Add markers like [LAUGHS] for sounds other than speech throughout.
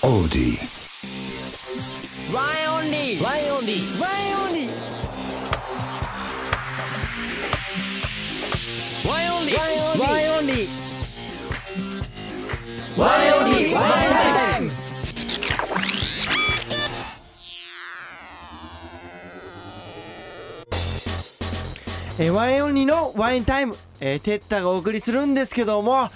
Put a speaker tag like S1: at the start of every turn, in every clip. S1: オーディ
S2: ワンオンリーワンオンリーワンオンリーワンオンリーワンオンリーワンオンリーワンオンリーワンタイム
S3: えーワインオンリーのワインタイム、えー、テッタがお送りするんですけども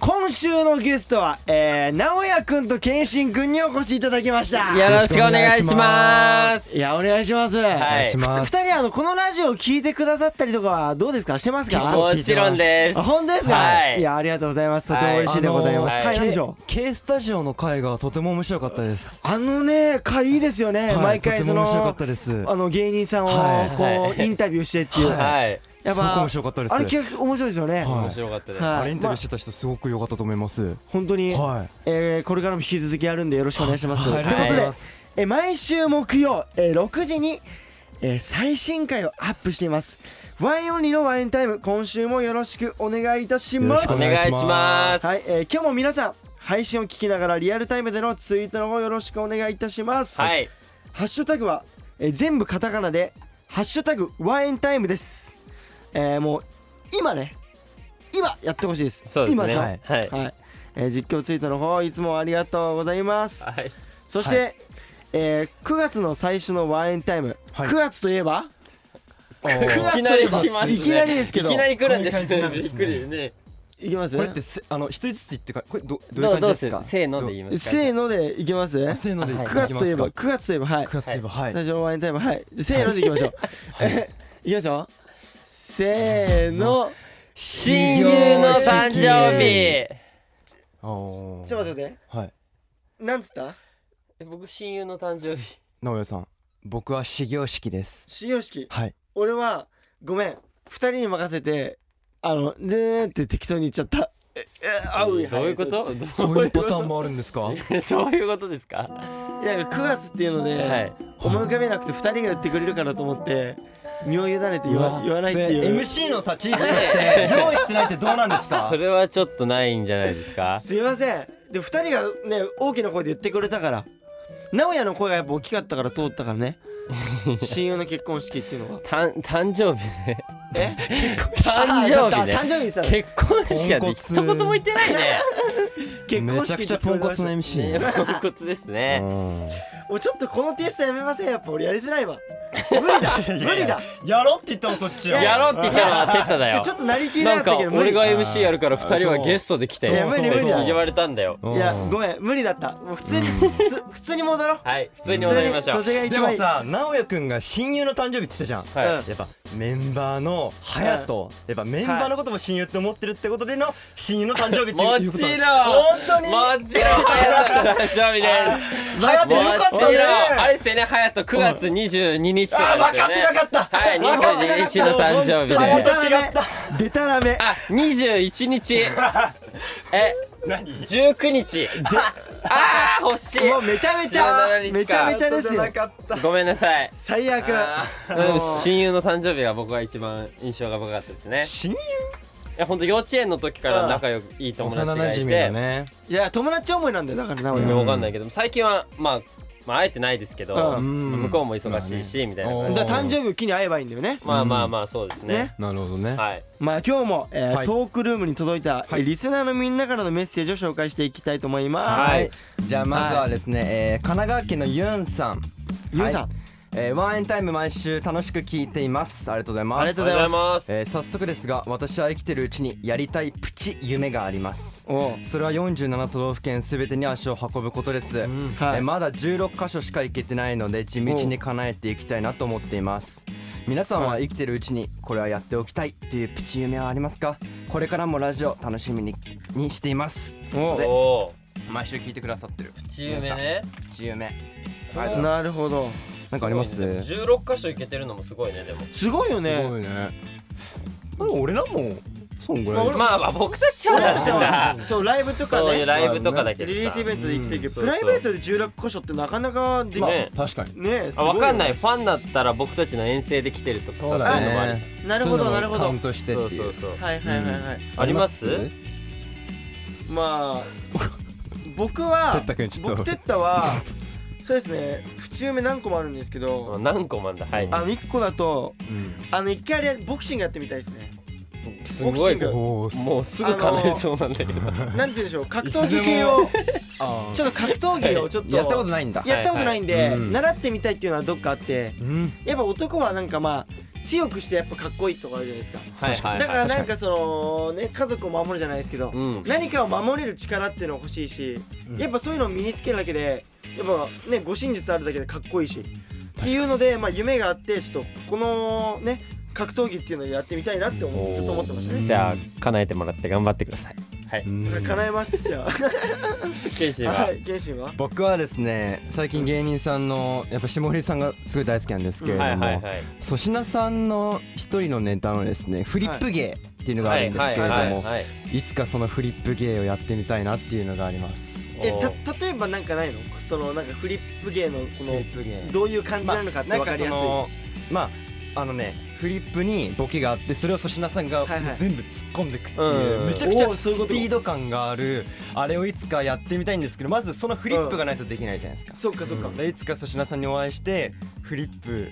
S3: 今週のゲストは、えー、直哉くんと健信くんにお越しいただきました
S2: よろしくお願いします
S3: いやお願いします、はいい、
S2: し
S3: 2人あのこのラジオ聞いてくださったりとかはどうですかしてますか
S2: もちろんです
S3: あ本当ですか、
S2: はい
S3: いやありがとうございますとても嬉しいでございま
S2: は
S3: す、はいい、
S2: あのー
S3: 何でしょう
S4: K スタジオの回がとても面白かったです。
S3: あのね回いいですよね、
S4: はい
S3: 毎回そ
S4: とても面白か
S3: の
S4: ったです。
S3: あの芸人さんを
S4: は
S3: こ
S4: い
S3: う、
S2: はい
S3: インタビューしてっていう、
S2: はい
S3: やっ
S4: すごく
S3: ぱ
S4: 面白かったです。
S3: あれ結構面白いですよね、
S4: はい
S2: 面白かったです
S3: はい
S4: あれインタビューしてた人すごく良かったと思います。
S3: 本当に、
S4: は
S3: えーこれからも引き続きやるんでよろしくお願いします。
S4: はい
S3: というこ
S2: あ
S3: と
S2: りがとうござ
S3: で、
S2: いま
S3: えー毎週木曜、えー6時に、えー最新回をアップしています。ワインオンリーのワインタイム今週もよろしくお願いいたします。
S4: よ
S2: お
S4: ろ
S2: 願いします
S3: はい、えー今日も皆さん配信を聞きながらリアルタイムでのツイートの方よろしくお願いいたします。
S2: はい
S3: ハッシュタグは、えー全部カタカナで「ハッシュタグワインタイム」です。えーもう今ね今やってほしいです。
S2: そうです
S3: 今
S2: ね
S3: よ
S2: はいはい
S3: はいえー実況ツイートの方いつもありがとうございます。
S2: はい
S3: そして、えー9月の最初のワインタイム、
S4: はい
S3: 9月といえば
S4: い。
S3: 9
S2: いき
S3: 月
S2: な
S3: とい
S2: り
S3: えば
S2: 来ますね
S3: いきなりですけど
S2: いきなり来るんで
S4: こう
S2: す
S4: いう感じなんです
S2: びっ
S4: ね
S2: くりですね
S3: いきます
S4: これってせあの一人ずつ言ってかこれどどうい
S2: ど
S4: う
S2: う
S4: 感
S2: どう
S4: じですす
S2: る
S4: か。
S2: せーので言いますか
S3: せーのでいきます
S4: あせーので
S2: はい
S4: 行
S3: 9
S4: き
S3: 月
S4: ます
S3: といえば
S4: か
S3: 9月といえばはい
S4: 九月といえばはい。
S3: 最初のワインタイムはいじゃあせーのでいきましょう、え [LAUGHS] いきますよせーの
S2: 親友の誕生日
S4: おー
S3: ちょっと待って待って
S4: はい。
S3: なんつった
S2: 僕親友の誕生日
S4: 直哉さん、僕は始業式
S3: [LAUGHS]
S4: です。
S3: 始業式
S4: はい。
S3: 俺はごめん2人に任せてあのずーんって適当に言っちゃったええあう
S2: どういうこ
S3: は
S2: と
S4: そ
S2: ど
S4: ういうパターンもあるんです [LAUGHS] か。はい。
S2: [LAUGHS] どういうことですか
S3: いや9月っていうので、
S2: はい
S3: 思い浮かべなくて2人が言ってくれるからと思って身を委ねて言わ言わないっていう
S4: MC の立ち位置として用意してないってどうなんですか
S2: [LAUGHS] そ。れはちょっとないんじゃないですか
S3: すいませんで2人がね大きな声で言ってくれたから直哉の声がやっぱ大きかったから通ったからね親友の結婚式っていうのが
S2: たん誕生日ね
S3: え
S2: [LAUGHS] 誕生日ね
S3: あ誕生日さ
S2: 結婚式は
S4: ポンコ
S2: 一
S4: ツ
S2: 言も言ってないね
S3: 結
S4: め
S3: 婚
S4: ち
S3: 式
S4: ゃく
S3: っ
S4: ちゃ
S3: て
S4: ポンコツな
S2: ね
S4: MC。
S2: ポンコツですね
S4: うん
S3: もうちょっとこのテストやめませんやっぱ俺やりづらいわ無理だ無理だ
S4: やろうって言ったのそっち
S3: い
S2: やろうって言ったのはテッタだ
S3: じゃあ
S2: よ
S3: ちょっとなりきり
S2: な
S3: だ
S2: ん
S3: った
S2: か
S3: けど無
S2: 俺
S3: 理
S2: が
S3: い
S2: MC やるから2人は
S4: そう
S2: ゲストで来て
S3: いや
S2: よ
S3: 無理
S2: って
S3: 無理だ
S2: 言われたんだよ
S4: うん
S3: やごめん無理だったもう普通にす普通に戻ろう
S2: はい普通に踊りましょ
S3: 普
S2: う
S3: 通にそれが
S4: で
S3: 一
S4: も
S3: 番いい
S4: さ直哉くんが親友の誕生日って言ったじゃん、
S2: はい
S3: うん
S4: やっぱメンバーの隼人、やっぱメンバーのことも親友って思ってるってことでの親友の誕生日って
S2: も
S4: いう
S2: ち
S4: こ
S2: ろんもち
S4: と
S2: ろん
S4: 本当に
S2: 隼人の誕生日です
S4: 隼人
S2: も
S4: よか
S2: ち
S4: った
S2: ろ
S4: ね
S2: んあれですよね隼人9月22日と
S4: あ
S2: かです
S4: 分
S2: よ
S4: かって
S2: ね
S4: なかった
S2: はい22日の誕生日で
S4: 本当
S3: で
S4: 違った
S3: でたらめ
S2: あ21日
S3: [LAUGHS]
S2: え
S4: 何
S2: 19日あー欲し
S3: もう
S2: い
S3: めちゃめちゃ
S2: 17日か
S3: めちゃめちゃですよ
S2: ごめんなさい
S3: 最悪
S2: でも親友の誕生日が僕は一番印象が深かったですね
S4: 親友
S2: いや本当幼稚園の時から仲良くいい友達
S4: 幼
S2: が
S4: 馴
S2: いて、
S4: 染だね
S3: いや友達思いなんだよだからな俺
S2: うん
S3: は
S2: わかんないけど最近はまあまあ会えてないですけど、
S3: う
S2: 向こうも忙しいし、みたいな
S4: お
S2: 感
S4: ー
S2: じ
S3: だから誕生日を機に会えばいいんだよね
S2: まあまあまあそうですね
S3: ね
S4: なるほどね
S2: はい
S3: まあ今日も、えー
S4: はい
S3: トークルームに届いた、えーリスナーのみんなからのメッセージを紹介していきたいと思います、
S2: はい
S4: じゃあまずはですね、えー神奈川県のユンさん
S3: ゆうさん、
S4: はいえーワンエンタイム毎週楽しく聞いていますありがとうございます
S3: ありがとうございます
S4: えー早速ですが私は生きてるうちにやりたいプチ夢があります
S3: おう
S4: それは47都道府県すべてに足を運ぶことです、
S3: はい
S4: えーまだ16箇所しか行けてないので地道に叶えていきたいなと思っています皆さんは生きてるうちにこれはやっておきたいっていうプチ夢はありますかこれからもラジオ楽しみににしています
S3: おう
S2: おお
S4: 毎週聞いてくださってるプ
S2: チームね
S4: プチ夢
S3: なるほど
S4: なんかあります
S2: ごいねでも16箇所行けてるのもすごいねでも
S3: すごいよね
S4: いね俺らもそんぐらい
S2: まあまあ僕たちはだってさ
S3: そうライブとかね
S2: そういうライブとかだけ
S3: リ
S2: ど
S3: リー
S2: さ
S3: スイベントで行きたいけど、
S2: うん
S3: プライベートで16個所ってなかなかできない、
S2: ね
S4: 確かに
S3: ねす
S2: あ
S3: ご
S2: わかんないいファンだったら僕たちの遠征で来てるとかさ
S4: そうだ
S2: いのもあるじ
S4: ね
S3: なるほどなるほど
S4: カ
S3: は
S4: ウン
S3: い
S4: トして
S2: ゃ
S4: っ
S2: ん
S4: て
S2: そう
S4: い
S2: そううそう
S3: はいはいはい
S2: あります
S3: まあ僕は
S1: てったくんちょっと
S3: 僕てったはそうですねプチ夢何個もあるんですけど
S2: 何個もあんだはい
S3: あの1個だと
S1: うん
S3: あの一回あれボクシングやってみたいですね
S2: す
S3: ボク
S2: ご
S3: シ
S2: い
S3: ング
S1: おー
S2: もうすぐ叶いそうなんだけど
S3: なんて言うんでしょう格闘技系を
S1: あー
S3: ちょっと格闘技をちょっと
S4: やったことないんだ
S2: い
S3: やったことないん
S1: はい
S3: で
S1: はいうん
S3: 習ってみたいっていうのはどっかあって
S1: うん
S3: やっぱ男はなんかまあ強くしてやっぱかっこいいとかあるじゃないですか
S2: はいはい
S3: だか
S2: は
S3: らなんかそのね家族を守るじゃないですけど
S2: いうん
S3: 何かを守れる力っていうのが欲しいし
S1: うん
S3: やっぱそういうのを身につけるだけでやっぱね護身術あるだけでかっこいいしっていうのでまあ夢があってちょっとこのね格闘技っていうのをやってみたいなって思うずっと思ってましたね
S2: じゃあ叶えてもらって頑張ってくださいはい
S1: うん
S3: 叶えますじゃ
S2: ケイシー
S3: あ
S2: は
S3: はい謙信は
S4: 僕はですね最近芸人さんのやっぱ下降さんがすごい大好きなんですけれど
S2: は
S4: も
S2: いはいはい
S4: 粗品さんの一人のネタのですねフリップ芸っていうのがあるんですけれど
S2: はいはい
S4: も
S2: はいはい
S4: いつかそのフリップ芸をやってみたいなっていうのがあります
S3: え
S2: お
S3: た例えばなんかないのそのなんかフリップ芸のこ
S4: フリ
S3: の
S4: ップ芸
S3: どういう感じなのかって分かりやすい、
S4: まああのねフリップにボケがあってそれを粗品さんが
S3: はいはい
S4: 全部突っ込んでくっていう、
S2: うん
S4: めちゃくち
S3: お
S4: ゃ
S3: ー
S4: ス
S3: そういうこと
S4: ピード感があるあれをいつかやってみたいんですけどまずそのフリップがないとできないじゃないですか、
S3: そっかそっか、
S4: でいつか粗品さんにお会いしてフリップ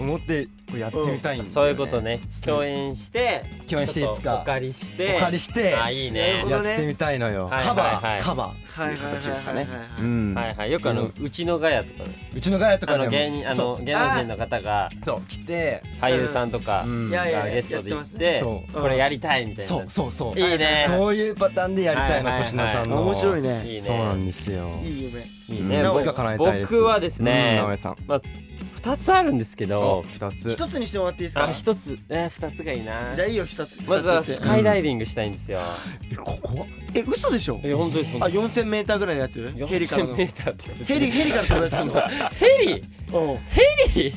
S4: を持ってこうやってみたいんだよ、ね
S2: そういうことね共演して
S4: 共演していつ
S2: ちょっとお
S4: か
S2: 借りして
S4: お借りして
S2: あいいね
S3: り
S4: やってみたいのよ、
S2: はい
S4: カバー、
S2: はいはい
S4: カバー
S3: は
S4: って
S3: い
S4: いう
S3: はいはい
S4: 形ですか
S3: はい
S4: ね
S3: はいは
S4: う
S3: い
S4: ん、
S2: はいはいよくあのうちのガヤとかね
S4: うちのガヤと
S2: あ
S4: か
S2: の
S4: で
S2: 芸
S4: も
S2: 人あの芸能人の方が
S4: そうそう来て、
S2: 俳優さんとか
S4: うん
S3: いやいや
S2: がゲストで行っ
S3: や
S2: て
S4: ってます
S3: ね
S2: これやりたいみたいな
S4: そうそうそう
S2: いいね
S4: そういうパターンでやりたいの
S2: はい
S4: 粗
S2: はい
S4: 品
S2: はい
S4: さんの
S3: ね
S2: いい
S4: そうなん
S2: ね
S4: ですよ
S3: いい夢
S2: いいね
S4: うん
S2: 僕
S4: いつか叶えたいです
S2: 僕はですね
S4: うん直江さん
S2: 2つあるんですけど
S4: 二つ
S3: 一つにしてもらっていいです
S2: あ
S3: か
S2: 一つえ2つがいいな
S3: じゃあいいよ一つ
S2: まずは
S3: 二つ
S2: ス
S3: って
S2: カイダイビングしたいんですよ
S4: えここ
S3: え嘘でしょ
S2: え本当です
S3: あ
S2: 本
S3: 4 0 0 0ーぐらいのやつ
S2: 当
S3: ヘリからの
S2: 4000m っ
S3: ヘ
S2: て
S3: リヘリから飛ぶやつでし
S2: ヘリ
S3: ょうん
S2: ヘリ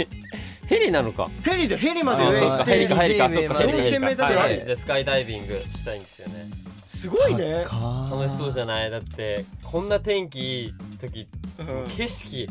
S2: ヘリなのか
S3: ヘリでヘリまで上行
S2: あ
S3: っ
S2: ヘリ
S3: て
S2: かヘリかそっかヘリかヘリ
S3: 4000m
S2: かはいはい
S3: ぐらい
S2: じゃあスカイダイビングしたいんですよね
S3: すごいね
S2: 楽しそうじゃないだってこんな天気いい時
S3: う
S2: 景色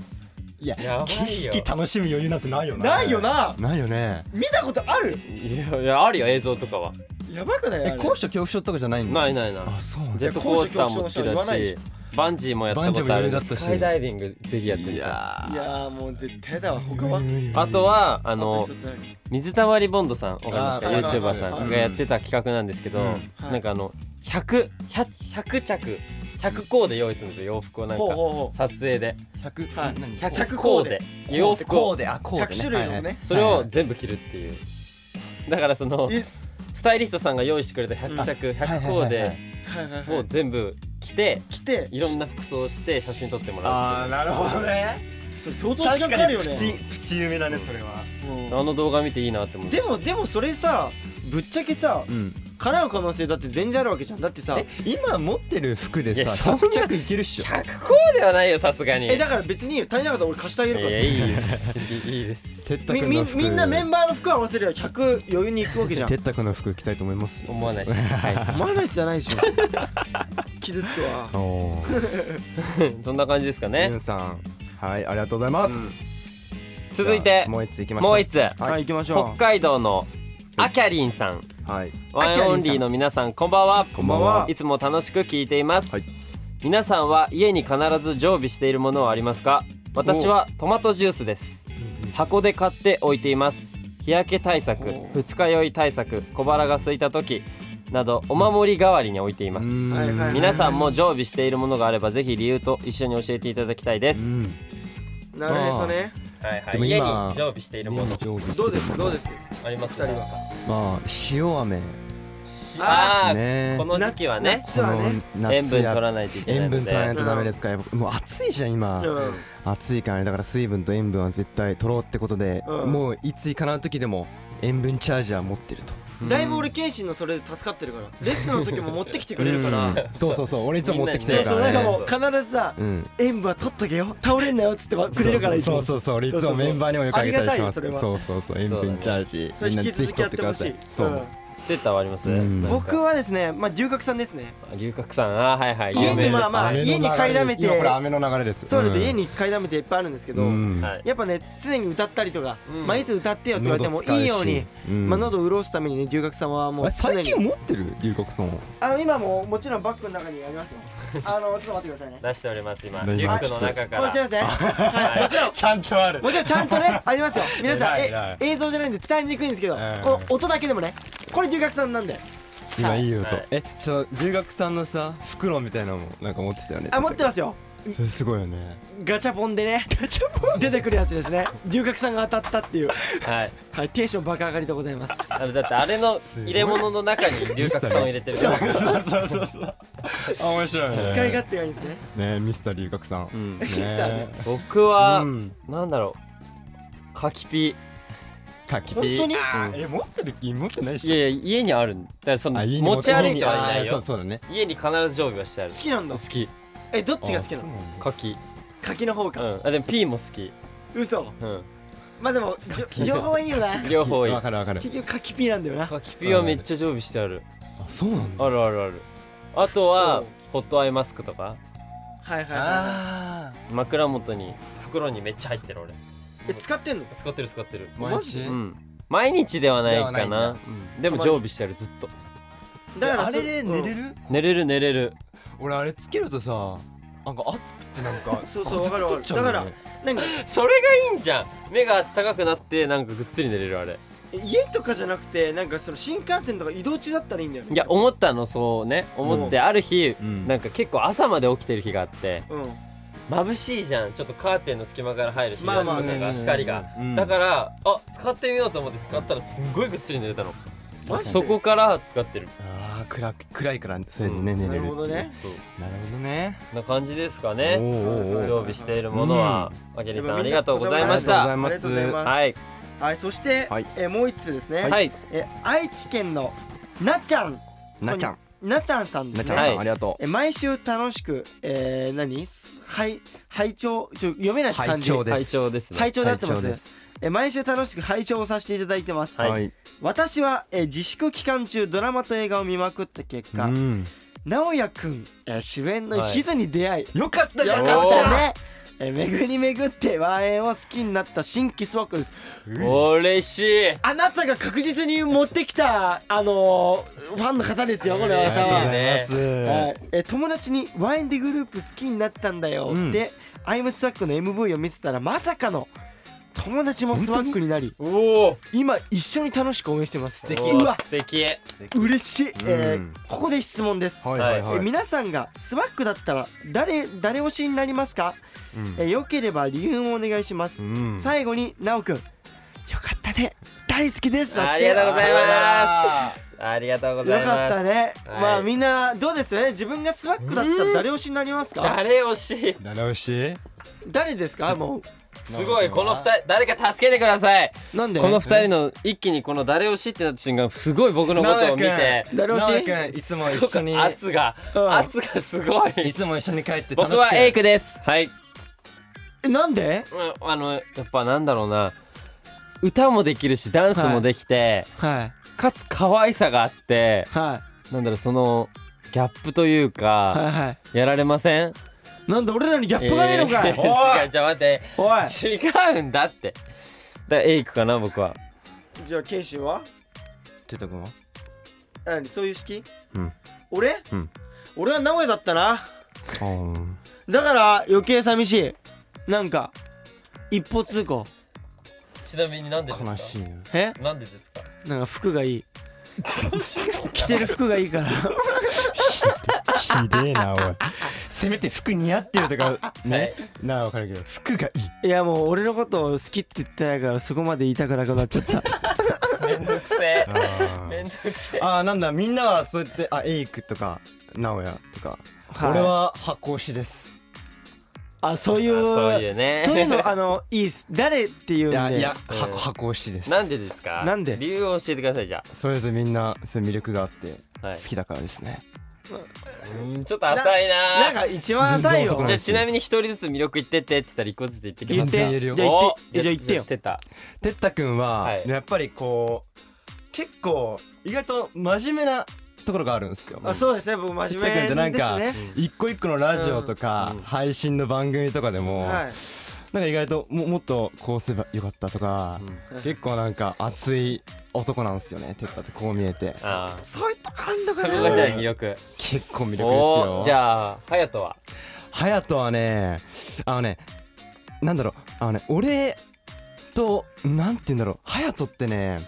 S4: いや
S2: やばいよ
S4: 景色楽しむ余裕なんてないよ
S3: ん
S4: な
S3: ないよな
S4: ないよね
S3: 見たことある
S2: いやいやあるよ映像とかは
S3: やばくないあ
S4: え
S3: れ
S4: 高所恐怖症とかじゃないの
S2: ないないない
S4: あそうなんだ
S2: ジェットコースターも好き
S3: いや高所恐怖症の人は言
S2: だ
S3: わない
S2: し
S3: で
S2: バンジーもやったことあるんで
S4: バンジーもやりだしたし
S2: スカイダイビングぜひやってみた
S4: い
S2: い
S4: や
S3: いやーもう絶対だわ他は
S4: ー
S2: あとはあ
S3: あ
S2: の
S3: と一つ何
S2: 水たまりボンドさんわかりますか
S3: あーわか
S2: YouTuber
S3: ります
S2: さんがやってた企画なんですけど、
S3: うん
S2: なんかあの 100, 100, 100着100コーデ用意するんですよ洋服をなんか
S3: ほうほうほう
S2: 撮影で
S4: 百
S3: はい
S2: 100
S3: 100
S2: コ
S3: コ
S2: ー
S3: ー
S2: デ
S3: デ
S2: 洋
S4: こう
S2: 服を
S4: であこうで
S3: 100種類のね
S2: それを全部着るっていうだからその
S3: え
S2: スタイリストさんが用意してくれた100着100コー
S4: はいはい
S2: デ
S3: はいはいは
S2: を
S3: い
S2: 全部着て
S3: 来て
S2: いろんな服装をして写真撮ってもらう
S4: あ
S2: ってい
S4: あ
S2: う
S4: なるほどね
S3: それ相当時
S4: 確
S3: 間かか
S4: か
S3: る
S4: に
S3: よ
S4: プ
S3: ね
S4: チプチ夢だねそれは
S3: うん
S2: あの動画見ていいなって思って
S3: でもでもそれさぶっちゃけさ
S4: うん
S3: 叶う可能性だって全然あるわけじゃんだってさ
S4: え今持ってる服で
S2: いや
S4: さ
S2: そんな
S4: 100着いけるっしょ
S2: 100コーデはないよさすがに
S3: えだから別に足りなかったら俺貸してあげ
S2: いや
S3: る
S2: いいですいいです
S4: てっ
S3: か
S4: たく
S3: ら
S4: ん
S3: み
S4: の
S3: み
S4: 服
S3: みんなメンバーの服合わせれば100余裕にいくわけじゃん
S4: てったくんの服着たいと思います
S2: 思わ
S4: [LAUGHS]
S2: ないは
S3: お前のやつじゃないでしょ傷つくわ
S4: おお
S2: いそんな感じですかね
S4: ユンさんはいありがとうございます
S2: 続いて
S4: じゃあもう一ついきましょう
S2: もう一つ
S4: はい
S3: はい行きまし
S2: 北
S3: ょ
S2: 海道のあきゃりんさん
S4: はい
S2: ワインオンリーの皆さんこんばんは
S4: こんばんはい
S2: つも楽しく聞いています、
S4: はい
S2: 皆さんは家に必ず常備しているものはありますか私はトマトジュースです箱で買って置いています日焼け対策
S3: お
S2: 二日酔い対策小腹が空いた時などお守り代わりに置いています、
S4: うん
S3: はいはいはい
S2: 皆さんも常備しているものがあればぜひ理由と一緒に教えていただきたいで
S4: う
S2: す、
S4: ん
S3: うなるへそね
S2: はいは
S4: でも
S2: い、家に
S4: 今
S2: 常備しているもの
S3: どうですどうです
S2: ありますか
S3: 二人
S4: まあ塩飴
S2: ああ、
S4: ね
S2: この時期はね
S3: 夏はね
S4: この夏や
S2: 塩分取らないといけないの
S4: 塩
S2: で
S4: 分取らないとダメですからもう暑いじゃん今
S3: うん
S4: 暑いからねだから水分と塩分は絶対取ろうってことで
S3: うん
S4: もういついかなう時でも塩分チャージャー持ってると
S3: だいぶ俺謙信のそれで助かってる
S4: [LAUGHS]
S3: からレッスンの時も持ってきてくれるから
S4: うんそうそうそう俺いつも持ってきて
S3: そう
S4: るか
S3: そう
S4: ら
S3: なんか
S4: ね
S3: もう必ずさ
S4: うん
S3: 塩分は取っとけよ倒れんなよっつってくれるからいつ
S4: そ
S3: も
S4: うそううそう俺いつもメンバーにもよくあげたりします
S3: ありがたいよ
S4: そうそうそう塩分チャージ
S3: それ
S4: みんな
S3: 引き
S4: ぜ
S3: 続きや
S4: ひ取っ
S3: ってて
S4: く
S3: ほ
S4: だ
S3: し
S4: さ
S3: い
S4: いそううん
S2: テッターはあります、
S5: うん
S2: なんか
S3: 僕はですね、まあ、牛角さんですね
S2: 牛角さんあーはいはい
S3: 家に
S2: 有名です
S3: まあまあ
S4: 雨の
S3: 家に買いだめて
S4: 今これ雨の流れです
S3: そうです、
S4: ん
S3: 家に買いだめていっぱいあるんですけど、
S4: うん
S2: はい
S3: やっぱね常に歌ったりとか、
S2: うん
S3: まあ、いつ歌ってよって言われても
S4: 喉使うし
S3: いいように、
S4: うん
S3: まあ、喉を潤すためにね牛角さんはも
S4: あ
S3: う常
S4: 最近
S3: に
S4: 持ってる龍角村を
S3: あの今ももちろんバッグの中にあります
S4: [LAUGHS]
S3: よあのちょっと待ってくださいね
S2: 出しております今
S4: 何
S2: リュックの中か
S3: も
S2: ら
S3: ちろんですね
S2: はい
S4: ちゃんとある
S3: もちろんちゃんと
S4: [LAUGHS]
S3: ねありますよ皆さん
S4: 偉い
S3: え
S4: 偉
S3: 映像じゃないんで伝えにくいんですけど、
S4: うん
S3: この音だけでもねこれ牛角さんなんで
S4: 今いい音
S2: はい
S4: えちょっと龍角さんのさ袋みたいなのもなんか持ってたよね
S3: あ持ってますよ
S4: それすごいよね
S3: ガチャポンでね出てくるやつですね牛角さんが当たったっていう
S2: はい
S3: はいテンション爆上がりでございます
S2: あれだってあれの入れ物の中に龍角さんを入れてるから
S4: そうそうそうそうあ面白いね
S3: 使い勝手がいいんですね
S4: ねミスター龍角さん
S5: うん
S3: ミスターね
S2: 僕は、
S4: うん
S2: なんだろう柿ピ
S4: かき
S3: 本
S4: ピ
S3: 当に
S4: あーえ持ってる気持ってないっ
S2: ー
S4: し
S2: い
S4: ょ
S2: やいや家にあるんだからその
S4: あ家に
S2: 持ち歩いてはいな
S4: あ
S2: い
S4: ーそ
S2: よ
S4: うそうだね
S2: 家に必ず常備はしてある
S3: 好きなんだ
S2: 好き
S3: えどっちが好きなの
S2: 柿
S3: 柿の方
S2: う
S3: か、
S2: んあでもピーも好き
S3: 嘘
S2: うん
S3: まあでもじょ両方いいよな
S2: 両
S4: あ
S2: 方いい
S4: わかるわかる
S3: 結局柿ピーなんだよな
S2: 柿ピーはめっちゃ常備してある
S4: あそうなんだ
S2: あるあるあるあとは
S3: うん
S2: ホットアイマスクとか
S3: はいはいは
S4: あ
S2: 枕元に袋にめっちゃ入ってる俺
S3: いえ使ってんの
S2: 使ってる使ってる
S4: あ毎日
S2: うん毎日ではないか
S4: で
S2: な
S4: はないんだ
S2: でも常備してあるずっと
S3: だから
S4: あれで寝れ
S3: る、
S4: る
S2: 寝れる寝れる
S4: 俺あれつけるとさなんか熱くてなんか
S3: そうそう
S4: こっち
S3: わかるわかる
S4: 取っちゃうんだよね
S3: うん
S2: [LAUGHS]
S3: 何
S2: それがいいんじゃん目が高くなってなんかぐっすり寝れるあれ
S3: 家とかじゃなくてなんかその新幹線とか移動中だったらいいんだよね
S2: いや思ったのそうね思ってある日
S4: うん
S2: なんか結構朝まで起きてる日があって
S3: うん
S2: 眩しいじゃんちょっとカーテンの隙間から入るし
S3: まあまあ
S2: 日差しとかが
S4: うん
S2: 光が
S4: うん
S2: だからあ使ってみようと思って使ったらすんごいぐっすり寝れたの
S3: マジで
S2: そこから使ってる
S4: あー暗く暗いからそれでね寝
S3: な
S4: れるってい
S3: る
S4: う
S3: ほどね
S2: そう
S4: なるほどね
S2: な感じですか
S4: お
S2: ね
S4: ーおーおー
S2: 常備しているものはあけりさんありがとうござい
S4: あ
S2: ま
S4: り
S2: し
S4: がとうござい
S2: た
S4: ま
S3: あり
S4: す
S3: がとうございます
S2: はい
S3: はいそして、
S5: はい
S3: えもう一つですね、
S2: はい
S3: え愛知県のなっちゃん
S5: なちゃん
S3: なっちゃんさんで
S5: な
S3: す
S5: ちゃ
S3: ね、
S5: んさ
S2: は
S5: ん、
S2: い
S5: ありがとう
S3: え毎週楽しくえー、何はい拝聴ちょ読めないです漢字
S5: 拝聴です
S2: 拝聴ですね
S3: 拝聴で合ってます
S5: 拝聴
S3: ね
S5: です
S3: え毎週楽しく拝聴させていただいてます、
S2: はい
S5: はい
S3: 私は、えー自粛期間中ドラマと映画を見まくった結果、
S4: うん
S3: 直哉くん、えー主演の
S2: はい
S3: ヒズに出会い、
S4: よか [LAUGHS] ったじゃん
S2: よか
S3: よか
S2: っ
S3: ったたね、えー、巡り巡ってワンエンを好きになった新規スワックです
S2: 嬉しい
S3: あなたが確実に持ってきたあのーファンの方ですよこれ
S2: 嬉
S3: は
S2: し
S3: さ
S2: いね
S3: は
S4: ありがとうございます
S3: いえー友達にワインデグループ好きになったんだよ、
S4: うん
S3: でアイムスワックの MV を見せたらまさかの友達もスワックになり
S2: おお
S3: 今一緒に楽しく応援してます素
S2: う
S3: う
S2: わ
S3: わ
S2: 素敵
S3: 嬉しい、えー
S4: うん
S3: ここで質問です、
S4: はいはいはい
S3: えー皆さんがスワックだったら誰誰推しになりますか、
S4: うん
S3: えー、よければ理由をお願いします、
S4: うん
S3: 最後になおくんよかったね大好きですだって
S2: ありがとうございますありがとうござ
S3: よ
S2: い
S3: かった
S2: ます
S3: ね、
S2: はい
S3: まあみんなどうですね自分がスワックだったら誰推しになりますか
S2: 誰推し
S4: 七押し
S3: 誰ですかも
S2: すごいこの二人誰か助けてくださいう
S3: なんで
S2: この二人の一気にこの誰推しってなった瞬間すごい僕のことを見て
S3: 誰推し
S4: 直哉君いつも一緒に
S2: 圧が
S3: うん
S2: 圧がすごい
S4: いつも一緒に帰って楽しく
S2: 僕はエイクですはい
S3: えなんで
S2: うんあのやっぱなんだろうな歌もできるしダンスもできて、
S3: は
S2: かつ可愛さがあって
S3: いは
S2: なんだろうそのギャップという
S3: いはい
S2: か、
S3: は
S2: やられません
S3: いなんで俺らにギャップがねえのか
S2: え
S3: い、
S2: ー [LAUGHS] 違うじゃあ待って
S3: おい
S2: 違うんだってだからエイクかな僕は
S3: じゃあケンシンは
S4: てたくんは
S3: 何そういう式
S4: うん
S3: 俺、
S4: うん
S3: 俺は名古屋だったな
S4: あー
S3: だから余計寂しいなんか一方通行
S2: ちなみになんでですか
S4: 悲しいよ
S3: え
S2: なんでですか
S3: なんか服がいい着てる服がいいから
S4: ひでえなおい [LAUGHS] せめて服似合ってるとか [LAUGHS]
S2: はい
S4: ねなあわかるけど服がいい
S3: いやもう俺のことを好きって言ってないからそこまで言いたくなくなっちゃった
S2: めんどくせえ
S4: あ
S2: めんどくせえ
S4: あーなんだみんなはそうやってあエイクとか直哉とか、
S3: はい
S4: 俺は箱推しです
S3: あそういう
S2: そういうね
S3: そういうのあのいいっす誰っていうん
S4: い
S3: で
S4: やいや
S2: うん
S4: 箱箱推しです
S2: なんでですか
S3: なんで
S2: 理由を教えてくださいじゃ
S4: それぞれみんなそういう魅力があって
S2: あ、は
S4: 好
S2: い、
S4: きだからですね、
S2: うんちょっと浅いな
S3: なんか一番浅い
S4: 全然遅く
S3: よ
S4: な
S2: じゃ
S4: い
S2: あちなみに一人ずつ魅力言ってってって言ったら一個ずつ言ってき
S3: 言
S2: ま
S3: っ
S2: す
S3: て
S4: 全然言えるよ
S3: じゃあ言って
S2: お
S3: じゃあ言ってよ
S2: 言ってた
S4: てったくんは、
S2: はい
S4: やっぱりこう結構意外と真面目なところがあるんですよ
S3: あそうですね僕真面目です
S4: なん
S3: ね
S4: 一個一個のラジオとか、
S2: うん
S4: 配信の番組とかでも、
S3: はい
S4: なんか意外とももっとこうすればよかったとか、
S3: うん
S4: 結構なんか熱い男なんですよねテッタってこう見えて
S2: あー
S3: そういうとこあんだ
S2: そ
S3: か
S2: こ
S3: ら
S2: がじゃあ魅力
S4: 結構魅力です
S2: お
S4: よ
S2: おじゃあ隼人は
S4: 隼人はねあのねなんだろうあのね俺となんて言うんだろう隼人ってね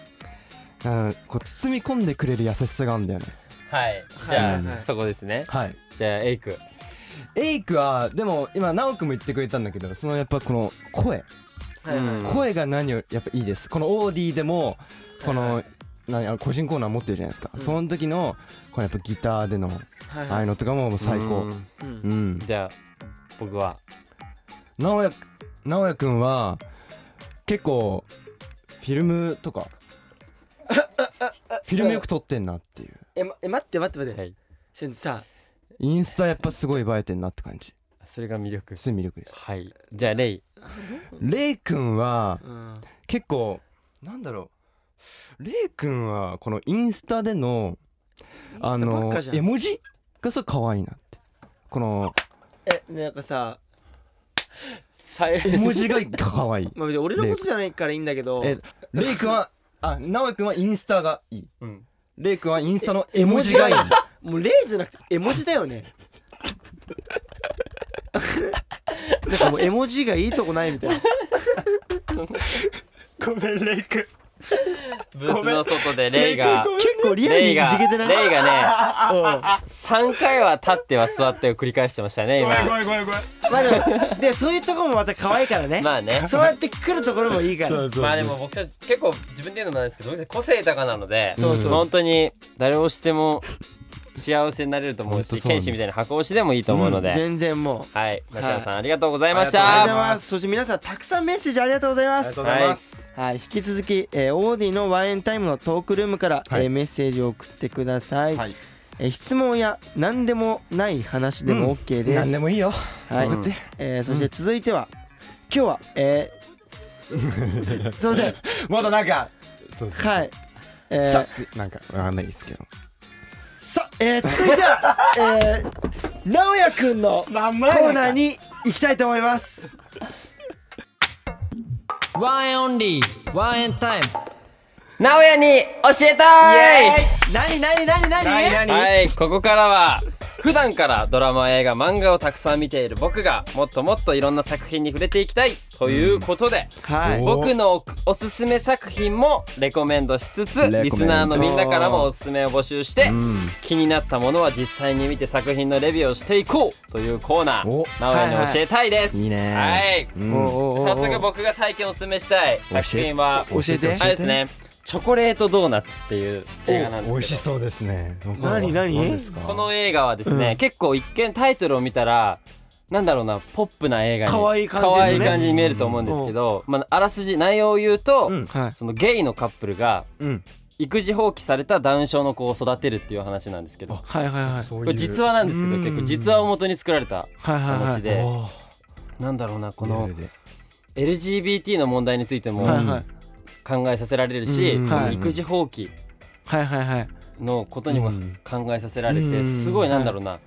S4: うんこう包み込んでくれる優しさがあるんだよね
S2: はいじゃあ、
S4: はいはい
S3: はい
S2: そこですね
S4: はい
S2: じゃあエイク
S4: エイクはでも今直くんも言ってくれたんだけどそのやっぱこの声、
S3: はいはい
S2: うん
S4: 声が何よりやっぱいいですこのオーディでもこ
S3: はいは
S4: の何あの個人コーナー持ってるじゃないですか、
S3: うん
S4: その時のこのやっぱギターでの
S3: はい
S4: ああいうのとかももう最
S2: う
S4: 高
S2: ん
S3: うん
S4: うん
S2: じゃあ僕は
S4: 直哉直哉くんは結構フィルムとかフィルムよく撮ってんなっていう
S3: えまえ待って待って待っ
S2: は
S3: て
S2: い
S3: しんさ
S4: インスタやっぱすごい映えてんなって感じ
S2: それが魅力
S4: そういう魅力です
S2: はいじゃあレイ
S4: レイくんは
S3: うん
S4: 結構なんだろうレイくんはこのインスタでのあ
S3: ばっ
S4: の
S3: かじゃん
S4: 絵文字がすごい可愛いなってこの
S3: えなんかさ
S2: さい
S4: 絵文字が可愛い
S3: まあ俺のことじゃないからいいんだけど
S4: [LAUGHS] えレイくんはあ直哉くんはインスタがいい
S2: うん
S4: レイくんはインスタの絵文字がいい
S3: もう例じゃなくて絵文字だよ [LAUGHS] ねなんかもう絵文字がいいとこないみたいな
S4: ごめんレイくん
S2: ブースの外でレイが
S3: 結構リアルに
S2: レ
S3: い
S2: イが
S3: じけてない
S2: レイがね
S3: うん [LAUGHS]
S2: 3回は立っては座ってを繰り返してましたね今
S3: まあでもでそういうとこもまた可愛いからね
S2: まあね
S3: そうやって来るところもいいから
S2: まあでも僕たち結構自分で言うのもなんですけど僕たち個性豊かなので
S4: そうそうそう
S2: まあ本当に誰をしても幸せになれると思う
S4: 本
S2: し
S4: 当そうなん
S2: 剣
S4: です
S2: 士みたいな箱押しでもいいと思うので、
S3: 全然もう
S2: はいマシャさんありがとうございまし
S3: ありがとう
S2: た
S3: ございますそして皆さんたくさんメッセージありがとうございま
S4: ありが
S3: す
S4: とうございます
S3: はい引き続き、えーオーディのワンエンタイムのトークルームから、
S4: はい
S3: えーメッセージを送ってください、
S4: はい
S3: えー質問や何でもない話でも OK です、
S4: 何でもいいよ
S3: はい
S2: うん
S4: って
S3: えーそして続いては、今日はえ
S4: [LAUGHS]
S3: ーすいません
S4: まだなんかそうそう
S3: はいえー
S4: さつなんかわかんないですけど
S3: さえー続いてはえー直哉くんのコーナーに行きたいと思います
S2: ワンエンオンリーワンエンタイム直哉に教えたい
S3: 何何何何
S2: はい、ここからは普段からドラマ映画漫画をたくさん見ている僕がもっともっといろんな作品に触れていきたいということで、
S3: はい
S4: お
S2: 僕のおすすめ作品もレコメンドしつつ
S4: レコメンド
S2: リスナーのみんなからもおすすめを募集して
S4: ん
S2: 気になったものは実際に見て作品のレビューをしていこうというコーナ
S4: お
S2: ーなおやに教えたいです、
S4: いいね
S2: は
S4: うん
S3: おうおうおう
S2: い早速僕が最近おすすめしたい作品は
S3: 教えて
S2: あれですねチョコレートドーナツっていう映画なん
S4: 美
S2: で
S4: 味
S2: すけ
S4: し
S2: ど
S4: そうですね
S3: 何何
S4: 何ですか
S2: この映画はですね、結構一見タイトルを見たらなんだろうなポップな映画に
S3: 可愛い感じのね
S2: 可愛い感じに見えると思うんですけど、まあ、あらすじ内容を言うと、
S4: うん
S3: はい
S2: そのゲイのカップルが
S4: うん
S2: 育児放棄されたダウン症の子を育てるっていう話なんですけどこ
S3: はいはいはい
S4: そういう
S2: れ実話なんですけど
S4: うん
S2: 結構実話を元に作られた
S3: はいはいはい
S2: 話で
S4: おー
S2: なんだろうなこ
S4: リア
S2: の
S4: ルで
S2: LGBT の問題についても
S3: はいはい
S2: 考えさせられるし、
S4: うん
S2: その
S3: はい
S2: 育児放棄
S3: はいはいはい
S2: のことにも
S4: うん
S2: 考えさせられて、
S4: うん
S2: すごいなんだろうな、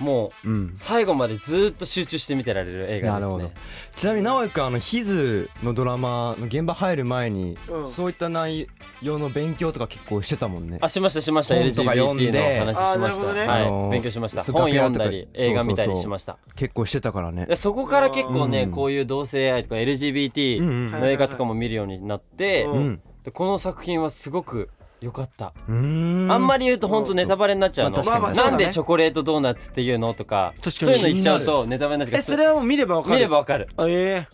S2: もう
S4: うん
S2: 最後までずーっと集中して見てられる映画
S4: な
S2: で
S4: る
S2: す
S4: ほど
S2: ね。
S4: ちなみに直哉くんあのヒズのドラマの現場入る前に
S3: うん
S4: そういった内容の勉強とか結構してたもんね
S2: あしましたしました
S4: 本とか
S2: LGBT
S4: 読んで
S2: の話しま
S3: あーなる
S2: し
S3: ほ
S2: た、
S3: どね
S2: は
S4: あの
S2: い、
S4: ー
S2: 勉強しました
S4: そう
S2: 本読ん
S4: 楽
S2: だ
S4: 屋とか
S2: り映画見たりしました
S4: 結構してたからね
S2: でそこから結構ね
S4: うん
S2: こういう同性愛とか LGBT
S4: うんうん
S2: の映画とかも見るようになって、
S3: う
S4: うん
S2: でこの作品はすごく良かった、
S4: うん
S2: あんま
S4: り
S2: り言うと本当ネタバレになっちゃうの、
S4: まあ確かにまあまあ
S2: なん
S3: そうだ
S2: で
S3: ね
S2: チョコレートドーナツっていうのとか
S3: 確か
S2: そういう
S3: に
S2: の言っちゃうとネタバレになっちゃ
S3: え
S2: うか
S3: そ
S2: ら
S3: れはもう見ればわかる
S2: 見ればわかる
S3: あえ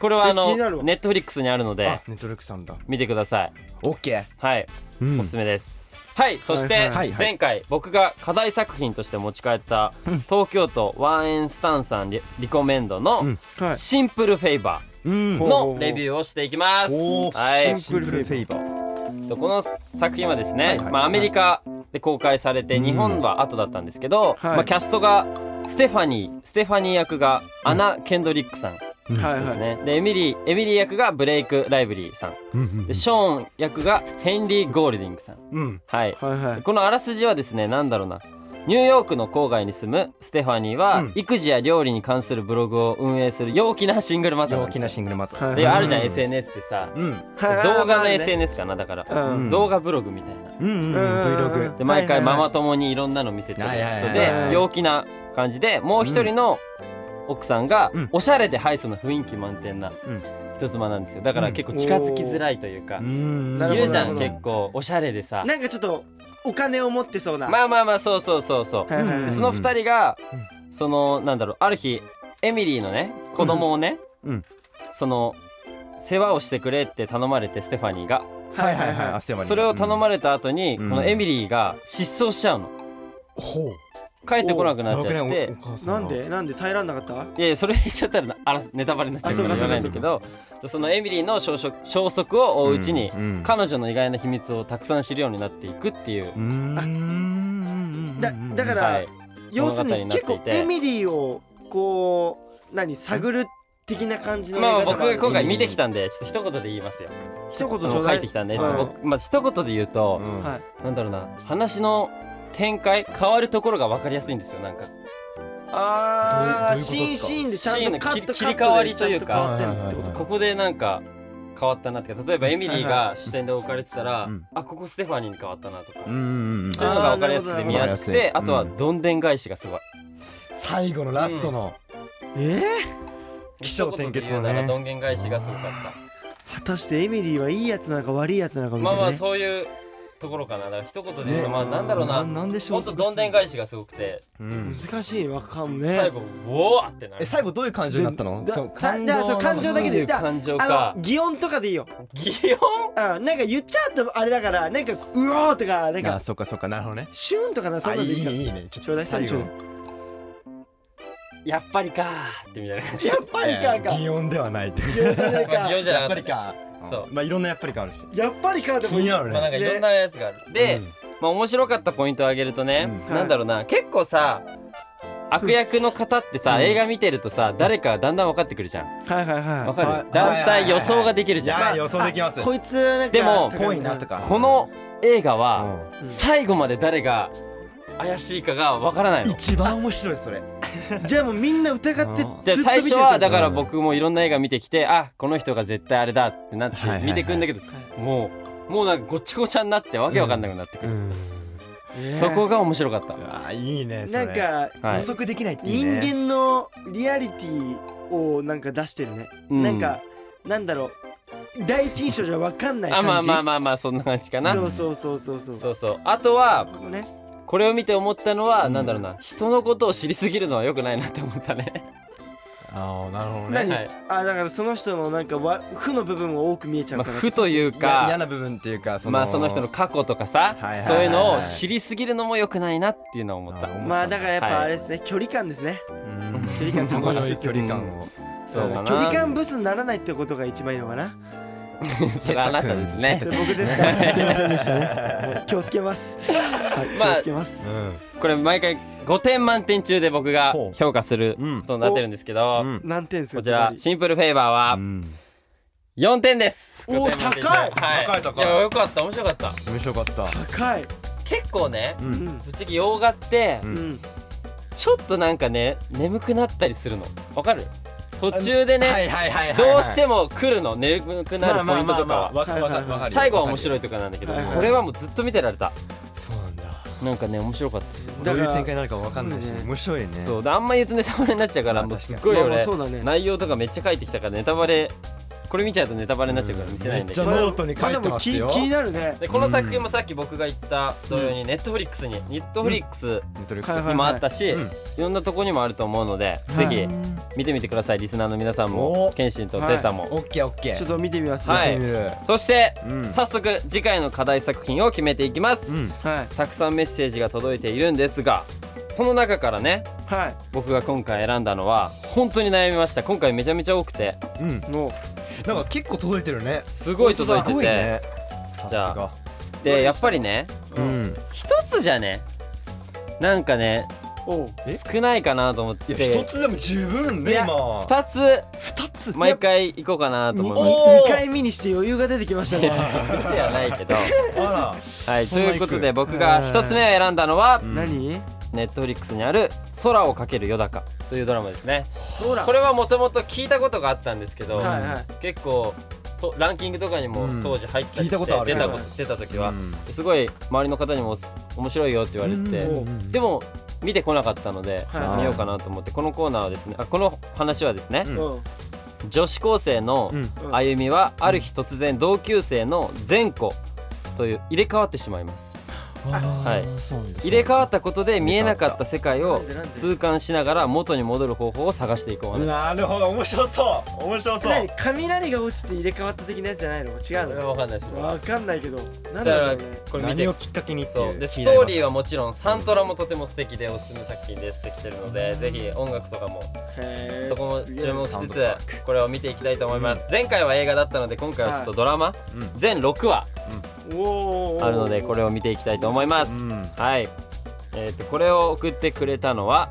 S2: これはあ
S3: 気
S2: の
S3: になるわ
S2: ネットフリックスにあるので
S4: ネットレックさんだ
S2: 見てください
S4: オッケ
S2: はい
S4: ーうん
S2: おすすめです。はい、そし
S3: はい
S2: て
S4: はいはい
S2: 前回僕が課題作品として持ち帰った東京都ワンエンスタンさんリリコメンド
S4: う
S2: の
S4: ん
S3: え
S2: 「
S3: はい
S2: シンプルフェイバ
S4: うん
S2: ー」のレビューをしていきます。
S4: おー
S2: はい、
S4: シンプルフェイバー
S2: とこの作品はですね、
S4: はい
S2: まあ、アメリカで公開されて
S4: うん
S2: 日本は後だったんですけど、
S3: はい
S2: まあ、キャストがステファニーステファニー役がアナ・ケンドリックさん、
S3: はい
S2: で
S3: は
S2: す
S3: い
S2: ねでエミリーエミリー役がブレイク・ライブリーさん
S1: うんうん
S2: でショーン役がヘンリー・ゴールディングさん
S1: うん
S2: はい
S3: はいはい
S2: このあらすじはですねなんだろうなニューヨークの郊外に住むステファニーは、
S1: うん
S2: 育児や料理に関するブログを運営する陽気なシングルマザーな
S4: 陽
S2: ん
S4: 気
S2: で
S4: な
S2: すよ
S4: シングルマザー
S3: はい
S2: であるじゃん、
S1: うん
S2: SNS ってさ
S1: うん
S2: [LAUGHS] 動画の
S3: ン
S2: SNS かなだから、
S3: うん
S2: 動画ブログみたいな
S1: うんうんうん Vlog
S2: で毎回ママ
S3: と
S2: 友にいろんなの見せてる人
S4: はいはいはい
S2: で
S3: はい
S2: 陽気な感じでもう一人の奥さんが
S1: うん
S2: おしゃれでハイソの雰囲気満点な
S1: うん
S2: 人妻なんですよだから結構近づきづらいというか
S1: う、ん
S3: なる
S2: い
S3: ほど
S2: るじゃん
S3: なる
S2: 結構おしゃれでさ
S3: なんかちょっとお金を持ってそうな
S2: まあまあまあそうそうそうそう
S3: はいはいは
S2: で
S3: い
S2: その2人が、
S1: うん
S2: そのなんだろうある日エミリーのね子供をね、
S1: うんうん
S2: その世話をしてくれって頼まれてステファニーが
S3: はいはいはい
S4: 汗ばに
S2: それを頼まれた後に、
S4: うん
S2: このエミリーが失踪しちゃうの
S1: ほう
S2: 帰ってこなくなっちゃっ
S1: 危ない
S2: て
S1: おお母さ
S3: な
S1: が
S3: んんでなんで耐えらんなかった
S2: いやいやそれ言っちゃったらあらネタバレになっちゃうから
S3: あ
S2: 言
S3: そう
S2: わ
S3: か
S2: ないんだけどそのエミリーの消息消息を追ううちに、
S4: んん
S2: 彼女の意外な秘密をたくさん知るようになっていくっていう、
S1: うーん
S3: だだから
S2: はい、
S3: 要するに結
S2: 物語にな
S3: 構
S2: っていて
S3: エミリーをこう何探る的な感じの
S2: まあ
S3: 映画だ
S2: 僕
S3: か
S2: が
S3: ら
S2: 今回見てきたんでちょっと一言で言いますよ
S3: 一言ち
S2: も
S3: ょう
S2: う
S3: だ
S2: 書
S3: い
S2: いてきたんで、
S3: はい
S2: 僕まあ一言で言うと、
S4: うん
S3: はい
S2: なんだろうな話の展開変わるところが分かりやすいんですよなんか
S3: ああ
S1: どう
S3: シ
S1: いうどう
S3: ー
S1: いうことっ
S3: ン
S1: すか
S3: シーンでちゃんとカット
S2: シーンの切り切り替わりというか
S3: カットでちゃんと変わってるって
S1: はいはいは
S3: こ
S1: い
S2: ここでなんか変わったなってか例えばエミリーが視点で置かれてたら、
S4: うん
S2: あここステファニーに変わったなとか、
S4: うんうんうん
S2: そういうのが分かりやすくて
S3: あー
S2: 見やすく
S4: な
S2: て
S4: る
S2: あ
S4: ほ
S2: と
S4: ど
S2: はどんでん返しがすごい
S1: 最後のラストの
S3: とえ
S1: 起承転結のね
S2: 一言で言うならどんでん返しがすごかっ
S3: ー果たしてエミリーはいいやつなのか悪いやつなのか
S2: た
S3: み
S2: ま
S3: た
S2: あ
S3: い
S2: ま
S3: な
S2: あ
S3: ね
S2: そういうところかなだから一言で言うとまあなんだろうな
S4: なんでしょ
S2: ほんとどんでん返しがすごくて
S4: うん
S3: 難しいわかんね
S2: 最後うおーってな
S4: え
S2: る
S4: 最後どういう感情になったの
S3: で
S4: その
S3: だ
S4: 感
S3: だ
S4: 情
S3: からその感情だけで
S2: どういう感情
S3: あ
S2: か
S3: の擬音とかでいいよ
S2: 擬
S3: あなんか言っちゃうとあれだからなんかうおーとかなん
S4: あ
S3: か
S4: そうかそうかなるほどね
S3: シューンとかなそ
S4: あ
S3: ん
S4: い
S3: なのでい
S4: い
S3: いから
S4: いいね
S3: ちょうだい
S4: 最
S3: ちょう
S4: 後の
S3: だい
S2: やっぱりかーってみたいな感じ
S3: やっぱりかーか
S1: 擬音ではないって
S3: やっぱりか
S2: まあ擬音じゃな
S4: や
S2: か
S4: っぱ
S2: った
S4: りか
S2: そ
S4: まあいろんなやっぱりかあるし
S3: やっぱりかーで
S1: 気
S3: もい
S1: に
S3: い
S1: なる
S2: まあなん
S1: ね
S2: かいろんなやつがあるで、まあ面白かったポイントを挙げるとね、
S3: うん
S2: なんだろうな結構さ悪役の方ってさ、映画見てるとさ誰かだんだん分かってくるじゃん
S3: はいはいは
S2: 分
S3: い
S2: か
S4: はい
S2: るだんだん予想ができる
S4: い
S2: じゃん、
S4: や予想できます
S3: こいつなんか
S2: でも
S3: 高
S4: か
S2: この映画は、
S4: うん
S2: 最後まで誰が怪しいかが分からないの
S4: 一番面白いそれ
S3: [LAUGHS] じゃあもうみんな疑ってずっと見
S2: じ
S3: て
S2: ゃあ
S3: るってこと
S2: 最初はだから僕もいろんな映画見てきて、あこの人が絶対あれだってなって
S4: はいはいはい
S2: 見てくんだけど、もうもうなんかごっちゃごちゃになってわけわかんなくなってくる、
S3: えー
S2: そこが面白かった、
S4: あいいねそ
S3: な
S4: れ
S3: んか
S2: はい
S4: 予測できないっていい
S3: 人
S4: ね
S3: 間のリアリティをなんか出してるね
S2: う
S3: なんかなんだろう第一印象じゃわかんない感
S2: あ
S3: じ
S2: まあまあまあまあそんな感じかな
S3: そうそうそうそうそう
S2: そうそうあとは
S3: ここね
S2: これを見て思ったのは、
S4: うん
S2: なんだろうな人のことを知りすぎるのは良くないなって思ったね
S4: ああなるほど
S3: 何
S2: はい
S3: あだからその人のなんかわ負の部分を多く見えちゃ
S2: ま
S3: う
S2: あ
S3: から
S2: 負という
S4: か嫌
S2: か
S4: な部分っていうか
S2: まあその人の過去とか
S4: は
S2: さ、
S4: いはいはいはい
S2: そういうのを知りすぎるのも良くないなっていうのを思った
S3: まあだからやっ
S2: はい
S3: ぱあれですね距離感ですね
S4: うん
S3: 距離感
S4: こ
S3: 保
S4: の
S3: つ
S4: 距離感を
S2: そうかな
S3: 距離感ブスにならないってことが一番いいのかな
S2: [LAUGHS] それはあなたですね
S3: それ僕で
S2: [LAUGHS]
S3: すからすいませんでしたねはい気をつけますはい気
S2: まあ
S3: をつけます
S2: これ毎回5点満点中で僕が
S4: ほう
S2: 評価する
S4: うん
S2: ことになってるんですけど、
S4: うん
S3: 何点ですか
S2: こちら
S3: ズバリ
S2: シンプルフェイバー
S4: う
S2: は
S4: ん
S2: 4点です
S3: お
S2: 5
S3: ー
S2: 点満点中
S3: 高い
S2: はい、
S4: 高い高い
S2: やよかった面白かった
S4: 面白かった
S3: 高い
S2: 結構ね
S4: う
S3: うんん
S2: ぶっちゃけ洋画って、
S4: うん
S3: うん
S2: ちょっとなんかね眠くなったりするのわかる途中でね、
S4: はいはいはいはい
S2: どうしても来るの眠くなるポイントとかは
S4: わかるわかるわかる
S2: 最後は面白いとかなんだけど
S3: はいはい
S2: これはもうずっと見てられた
S4: そうなんだ
S2: なんかね面白かったですよ
S3: だ
S4: ど
S3: から
S4: ういう展開になるかわかんないし
S3: そうね
S4: 面白いね
S2: そうであんま言うとネタバレになっちゃうから
S4: まあ
S2: もうすっ
S4: 確
S2: ごい
S3: まあまあ
S2: 俺
S3: そうだね
S2: 内容とかめっちゃ書いてきたからネタバレこれ見ちゃうとネタバレになっちゃうから見せないんだけ
S4: めっちゃ
S2: ど
S4: ノートに書いてますよ
S3: あでも気気になるね
S2: でこの作品もさっき僕が言った同様にネットフリックスにネットフリックス
S4: ネットフリック
S3: はい
S4: ス
S2: にもあったしい
S4: うん
S2: ろんなとこにもあると思うので
S3: は
S2: ぜ
S3: い
S2: ひ見てみてくださいリスナーの皆さんも
S4: お
S2: ケンシンとテータも
S4: オッケーオッケー
S3: ちょっと見てみます
S2: はい
S4: やってみる
S2: そして
S4: うん
S2: 早速次回の課題作品を決めていきます、
S4: うん
S3: はい
S2: たくさんメッセージが届いているんですがその中からね
S3: は
S2: 僕が今回選んだのは本当に悩みました今回めちゃめちゃ多くて
S4: うん
S3: いもう
S4: なんか結構届いてるね
S2: すごい届いてて
S4: すごね
S2: じゃあ
S4: さ
S2: でやっぱりね
S4: すがうん
S2: 一つじゃねなんかね
S3: おう
S4: え
S2: 少ないかなと思っ
S4: い
S2: て
S4: や一つでも十分
S3: い
S4: ね
S3: や
S4: 今
S2: 2つ
S4: 二つ
S2: 毎回行こうかなと思いまし
S3: 2
S4: おー
S3: 回目にして余裕が出てきました
S2: [LAUGHS]
S3: ね
S2: たではない
S4: [LAUGHS]
S2: けど
S4: あ
S2: はいということで
S4: そ
S2: 僕が1つ目を選んだのは
S4: ら
S3: 何
S2: ネットフリックスにある「空をかける夜高」というドラマですね
S3: 空
S2: これはもともと聞いたことがあったんですけど、
S3: はいはい
S2: 結構とランキングとかにも
S4: うん
S2: 当時入った
S4: 聞
S2: り
S4: いた
S2: し
S4: こ
S2: て、
S4: とある
S2: 出たこ
S3: はい
S2: 出た時
S4: う
S2: は、
S4: ん
S2: すごい周りの方にもおす面白いよって言われてて、
S3: うん
S2: でも見てこなかったので、
S3: はい
S2: 見ようかなと思ってこのコーナーはですねあこの話はですね、
S4: うん
S3: うん
S2: 女子高生の
S4: うん
S2: 歩みはある日突然同級生の前子という入れ替わってしまいますはい入れ替わったことで見えなかった世界を痛感しながら元に戻る方法を探していこう
S4: うん
S2: わ
S4: なるほど面白そう面白そう
S3: 何雷が落ちて入れ替わった的なやつじゃないの違う
S2: かんないです
S3: のわかんないけどな
S2: だ
S3: んだ
S2: か
S3: ろ
S2: ら
S3: うね
S2: これ見
S4: 何
S2: て
S4: をきっかけにって
S2: そ
S4: いうう
S2: で
S4: 気
S2: ス
S4: になり
S2: ト
S4: ま
S2: ーリーはもちろんサントラもとても素敵でおすすめ作品ですってきてるのでぜひ音楽とかも
S3: へー
S2: そこも
S3: すげえ
S2: 注目し
S4: サウ
S2: つ
S4: ンドトラ
S2: つこれを見ていきたいと思います前回は映画だったので今回はちょっとドラマ
S4: うん
S2: 全6話
S3: おーおーおー
S2: あるのでこれを見ていきたいと思います
S4: うん
S2: はいえーとこれを送ってくれたのは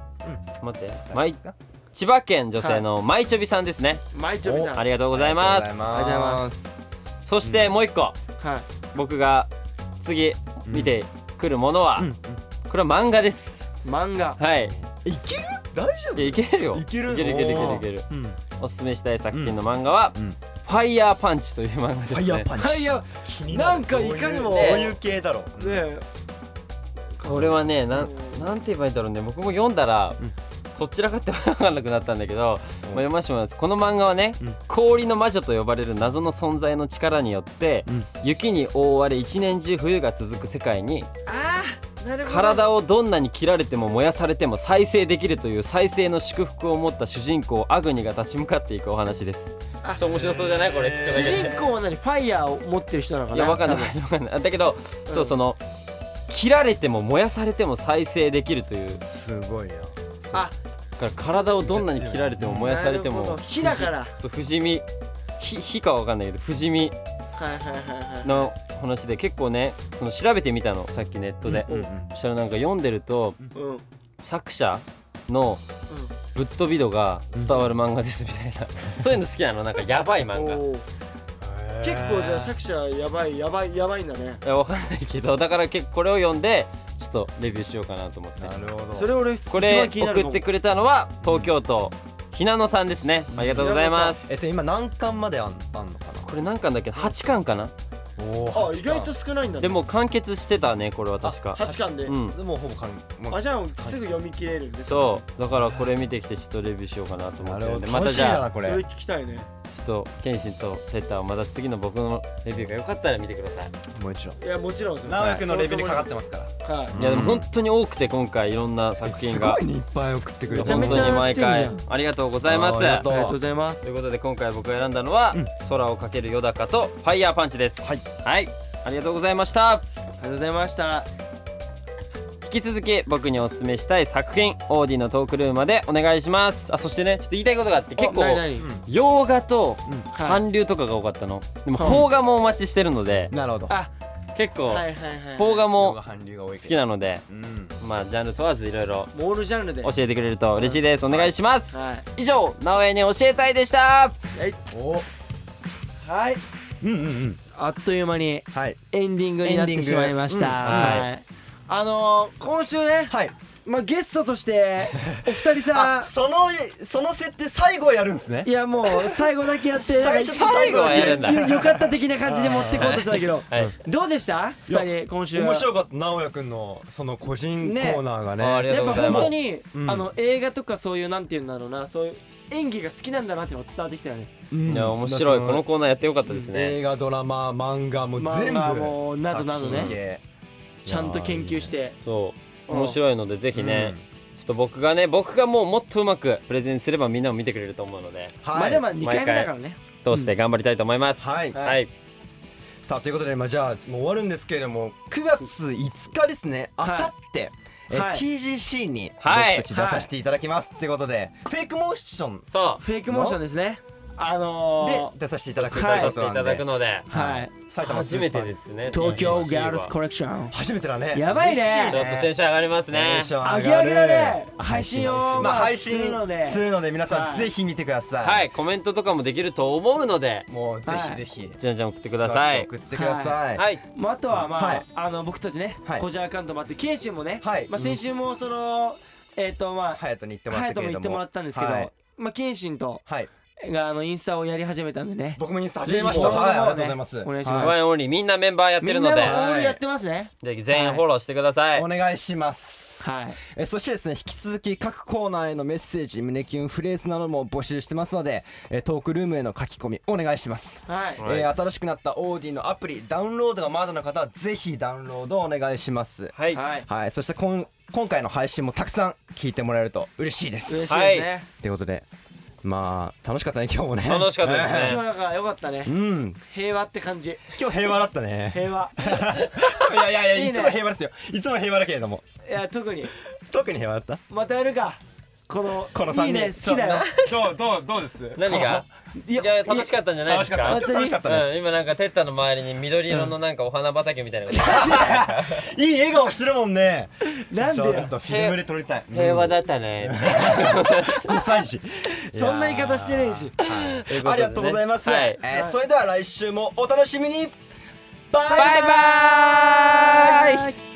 S2: 待ってまい千葉県女性のまいちょびさんですね
S3: マイチョビさん
S2: ありがとうございま
S4: あり
S2: す
S4: がとうございます
S2: そしてもう一個
S3: はい
S2: 僕が次見てくるものはこれは漫画です [LAUGHS]
S3: 漫画
S2: はい
S4: いける大丈
S2: いやいけるよ
S4: 夫いける
S2: いけるいけるいけるいける
S4: おーうん
S2: おすすめしたい作品の漫画は、
S4: うん
S2: ファイヤーパンチという漫画です、
S4: フ
S2: ね、
S4: ァイヤーパンチ
S3: はいや
S4: 気になる
S3: なんかいかにも
S4: どういうどういう系だろう
S3: ねえ
S2: これはねなんなんて言えばいいんだろうね僕も読んだら、
S4: うん
S2: どちらかって分かんなくなったんだけど、
S4: お
S2: まあ、読ませてもらいますこの漫画はね、
S4: うん
S2: 氷の魔女と呼ばれる謎の存在の力によって、
S4: うん
S2: 雪に覆われ一年中冬が続く世界に
S3: あーなるほど
S2: 体をどんなに切られても燃やされても再生できるという再生の祝福を持った主人公アグニが立ち向かっていくお話ですちょ
S3: あ
S2: っと面白そうじゃないこれ
S4: へー
S3: 主人公は何ファイヤーを持ってる人なのか
S2: い
S3: な
S2: やわかんない
S3: 多分
S2: わかんないだけど、
S3: うん
S2: そうその切られても燃やされても再生できるというだ
S4: すごいな
S3: あ
S2: から体をどんなに切られても燃やされて
S3: なるほ
S2: も
S3: ど火
S2: [LAUGHS]
S3: だから
S2: そう不死身火火かわかんないけど不死身
S3: はいはいはいはい
S2: の話で結構ねその調べてみたのさっきネットで、
S4: うんうん
S2: そしたらなんか読んでると
S3: うん
S2: 作者のぶっ飛び度が伝わる漫画ですみた
S3: [LAUGHS]
S2: いな、そういうの好きなのなんかやばい漫画い
S3: おー結構じゃあ作者やばいやばいやばいんだね
S2: やわかんないけどだから結構これを読んでちょっとレビューしようかなと思って
S4: なるほど
S3: それ俺一
S2: これ
S3: 番気になる
S2: 送
S3: か
S2: っ
S3: も
S2: てくれたのは東京都ひなのさんですねありがとうございます
S4: えそれ今何巻まであんあんのか
S2: これ何巻だっけ8巻かな
S4: なお
S3: あ意外と少ないんだね
S2: でも完結してたねこれは確か
S3: 八巻で
S2: うん
S4: でもほぼ完もう
S3: あじゃあすぐ読み切れるんです
S2: そうだからこれ見てきてちょっとレビューしようかなと思ってるんでま
S4: 楽
S2: た
S4: し
S2: じ
S4: みだ
S2: ゃ
S4: な
S2: あ
S4: こ
S3: それ
S4: れ
S3: 聞きたいね
S2: ちょっと謙信とセッターはまた次の僕のレビューがよかったら見てください
S4: もう一度
S3: いやもちろんですよ
S4: 直哉君のレベルかかってますから
S3: はい
S2: いやでも本当に多くて今回いろんな作品
S4: す
S2: が
S4: ごいねいっぱい送ってくれ
S3: めちゃめ
S2: 本
S3: ちゃ
S2: 当に毎
S3: 来
S2: 回
S3: てんじ
S2: ありがとうございます
S4: あありがと
S2: と
S4: う
S3: ありがとうございます
S2: いうことで今回僕が選んだのは空をかけるよだかとファイヤーパンチです
S4: はい
S2: はいありがとうございました
S3: ありがとうございました
S2: 引き続き僕におすすめしたい作品オーディのトークルームまでお願いしますあそしてねちょっと言いたいことがあって結構
S3: お何々
S2: 洋画と
S3: はい
S2: 韓流とかが多かったのでも
S3: はい
S2: 邦画もお待ちしてるので
S4: なるほど
S3: あ
S2: 結構
S3: はいはいはい
S2: 邦画
S4: 方が
S2: も
S4: 韓流が多い
S2: 好
S4: けど
S2: きなので
S4: うん
S2: まあジャンル問わずいろいろ
S3: モールジャンルで
S2: 教えてくれると嬉しいですお願いします
S3: はい
S2: 以上直江に教えたいでした
S4: お
S3: はい
S4: うんうんうん
S3: あっという間に
S4: はい
S3: エンディングになっ
S4: エンディン
S3: て
S4: グ
S3: しまいました、
S4: うん
S2: はい
S3: はいあのー、今週ね、
S4: はい
S3: まあ、ゲストとしてお二人
S2: [LAUGHS]
S4: あ
S3: さ
S4: そのその設定最後やるんですね
S3: いやもう最後だけやって
S4: 最初と
S2: [LAUGHS] 最後はやるんだ
S3: よよかった的な感じで持ってこうとしたけど、
S2: [LAUGHS] はい
S3: どうでした
S4: いや
S3: 二人今週
S4: 面白かった直哉君のその個人コ
S3: ね
S4: ーナーが
S2: ああり
S4: ね
S2: がと
S3: やっ
S2: う
S3: ぱ
S2: ございま
S3: 本
S2: す
S3: 当に、
S4: うん
S3: あの映画とかそういうなんていうんだろうなそういう演技が好きなんだなっていうのが伝わってきたよね
S4: うん
S2: いや面白い
S4: そ
S2: このコーナーやってよかったですね
S4: 映画ドラマ漫画もう全
S3: 漫画
S4: 部
S3: もなどなど
S4: 作品
S3: ね
S4: 系
S3: ちゃんと研究して
S2: そう
S3: うん
S2: 面白いのでぜひねちょっと僕がね僕がもうもっとうまくプレゼンすればみんなも見てくれると思うので
S4: はい
S3: まあでも2回目だからね
S2: 通して頑張りたいと思います。
S4: うんはい
S2: はい。
S4: さあということで、まあ、じゃあもう終わるんですけれども9月5日ですねあさってえ
S3: はい
S4: TGC に僕
S2: はい
S4: たち出させていただきますということで、フェイクモーション
S2: そ
S3: フェイクモーションですねあの
S4: で出させていただくという
S2: 出
S4: こ
S2: し
S4: と
S2: てい
S4: な
S2: た
S4: ん
S2: だ
S4: で
S2: くので
S3: はい
S4: 埼玉
S2: 初
S4: スーパー
S2: めてですね
S3: 東京ガールズコ
S2: こ
S3: レクション
S4: 初めてだね
S3: やばい
S2: ちょ
S3: ね
S2: っとテンション上がりますね
S4: テンション
S3: あ
S4: 上
S3: げあ
S4: がる
S3: げだね配信を
S4: まあ
S3: まあ
S4: 配
S3: す
S4: 信
S3: るのです
S4: るので皆さ
S3: は
S4: ん
S3: い
S4: ぜひ見てください
S2: はいコメントとかもできると思うので
S4: もうぜひぜひ
S2: じゃんじゃん送ってください
S4: 送ってください
S2: はいい
S3: まあ、あとはまあ、
S4: はい
S3: あの僕たちね、
S4: はい
S3: 個人アカウントもあって慶州もね、
S4: はい
S3: まあ、先週もその、えっ、とまあ
S4: 隼人に行ってもらっ
S3: 隼人
S4: たけ
S3: も
S4: れ
S3: 言
S4: ど
S3: って
S4: も
S3: もらったんですけど、
S4: はい
S3: まあ謙信と
S4: はい
S3: があのインスタをやり始めたんでね
S4: 僕もインスタ始
S3: ぜひ
S4: めました
S3: 僕の方
S4: はいありが
S3: も
S4: とう
S3: ね
S4: ございます
S3: お願いします
S2: ワインオンリーみんなメンバーやって
S3: み
S2: る
S3: ん
S2: の
S3: な
S2: で
S3: もオ
S2: ぜ
S3: ールやってますね
S2: ひ全員フォローしてください
S4: お願いします
S3: はい
S4: えーそしてですね引き続き各コーナーへのメッセージ胸キュンフレーズなども募集してますのでえートークルームへの書き込みお願いします
S3: はい、
S2: はい
S4: えー新しくなったオーディのアプリダウンロードがまだの方はぜひダウンロードお願いします
S2: はい
S3: はい
S4: はいそしてこん今回の配信もたくさん聞いてもらえると嬉しいです
S3: 嬉しいです
S2: はい
S3: ね、
S4: ということでまあ楽しかったね今日もね
S2: 楽しかったですね
S3: 今日なんか良かったね
S4: [LAUGHS] うん
S3: 平和って感じ
S4: 今日平和だったね
S3: 平和
S4: いやいやい
S3: いい
S4: や
S3: ね
S4: いつも平和ですよいつも平和だけれども
S3: いや特に
S4: 特に平和だった
S3: またやるかこの
S4: この3人
S3: いいね好きだよ
S4: 今日どうどうです
S2: 何が
S3: い
S2: いや楽しかったんじゃないですか
S4: [LAUGHS] 楽しかったちょっと楽しかったね
S2: うん、今なんかテッタの周りに緑色のなんかお花畑みたいなのが、
S4: いい笑顔してるもんね。
S3: なんで
S4: ちょ
S3: よ
S4: っとフィルムで撮りたい。
S2: 平和だったね
S4: 5歳児。
S3: そんな言い方してねえし
S2: ということでね
S4: ありがとうございます。
S2: はい
S4: えーそれでは来週もお楽しみに。バイバイ。
S2: バイバーイ
S3: はい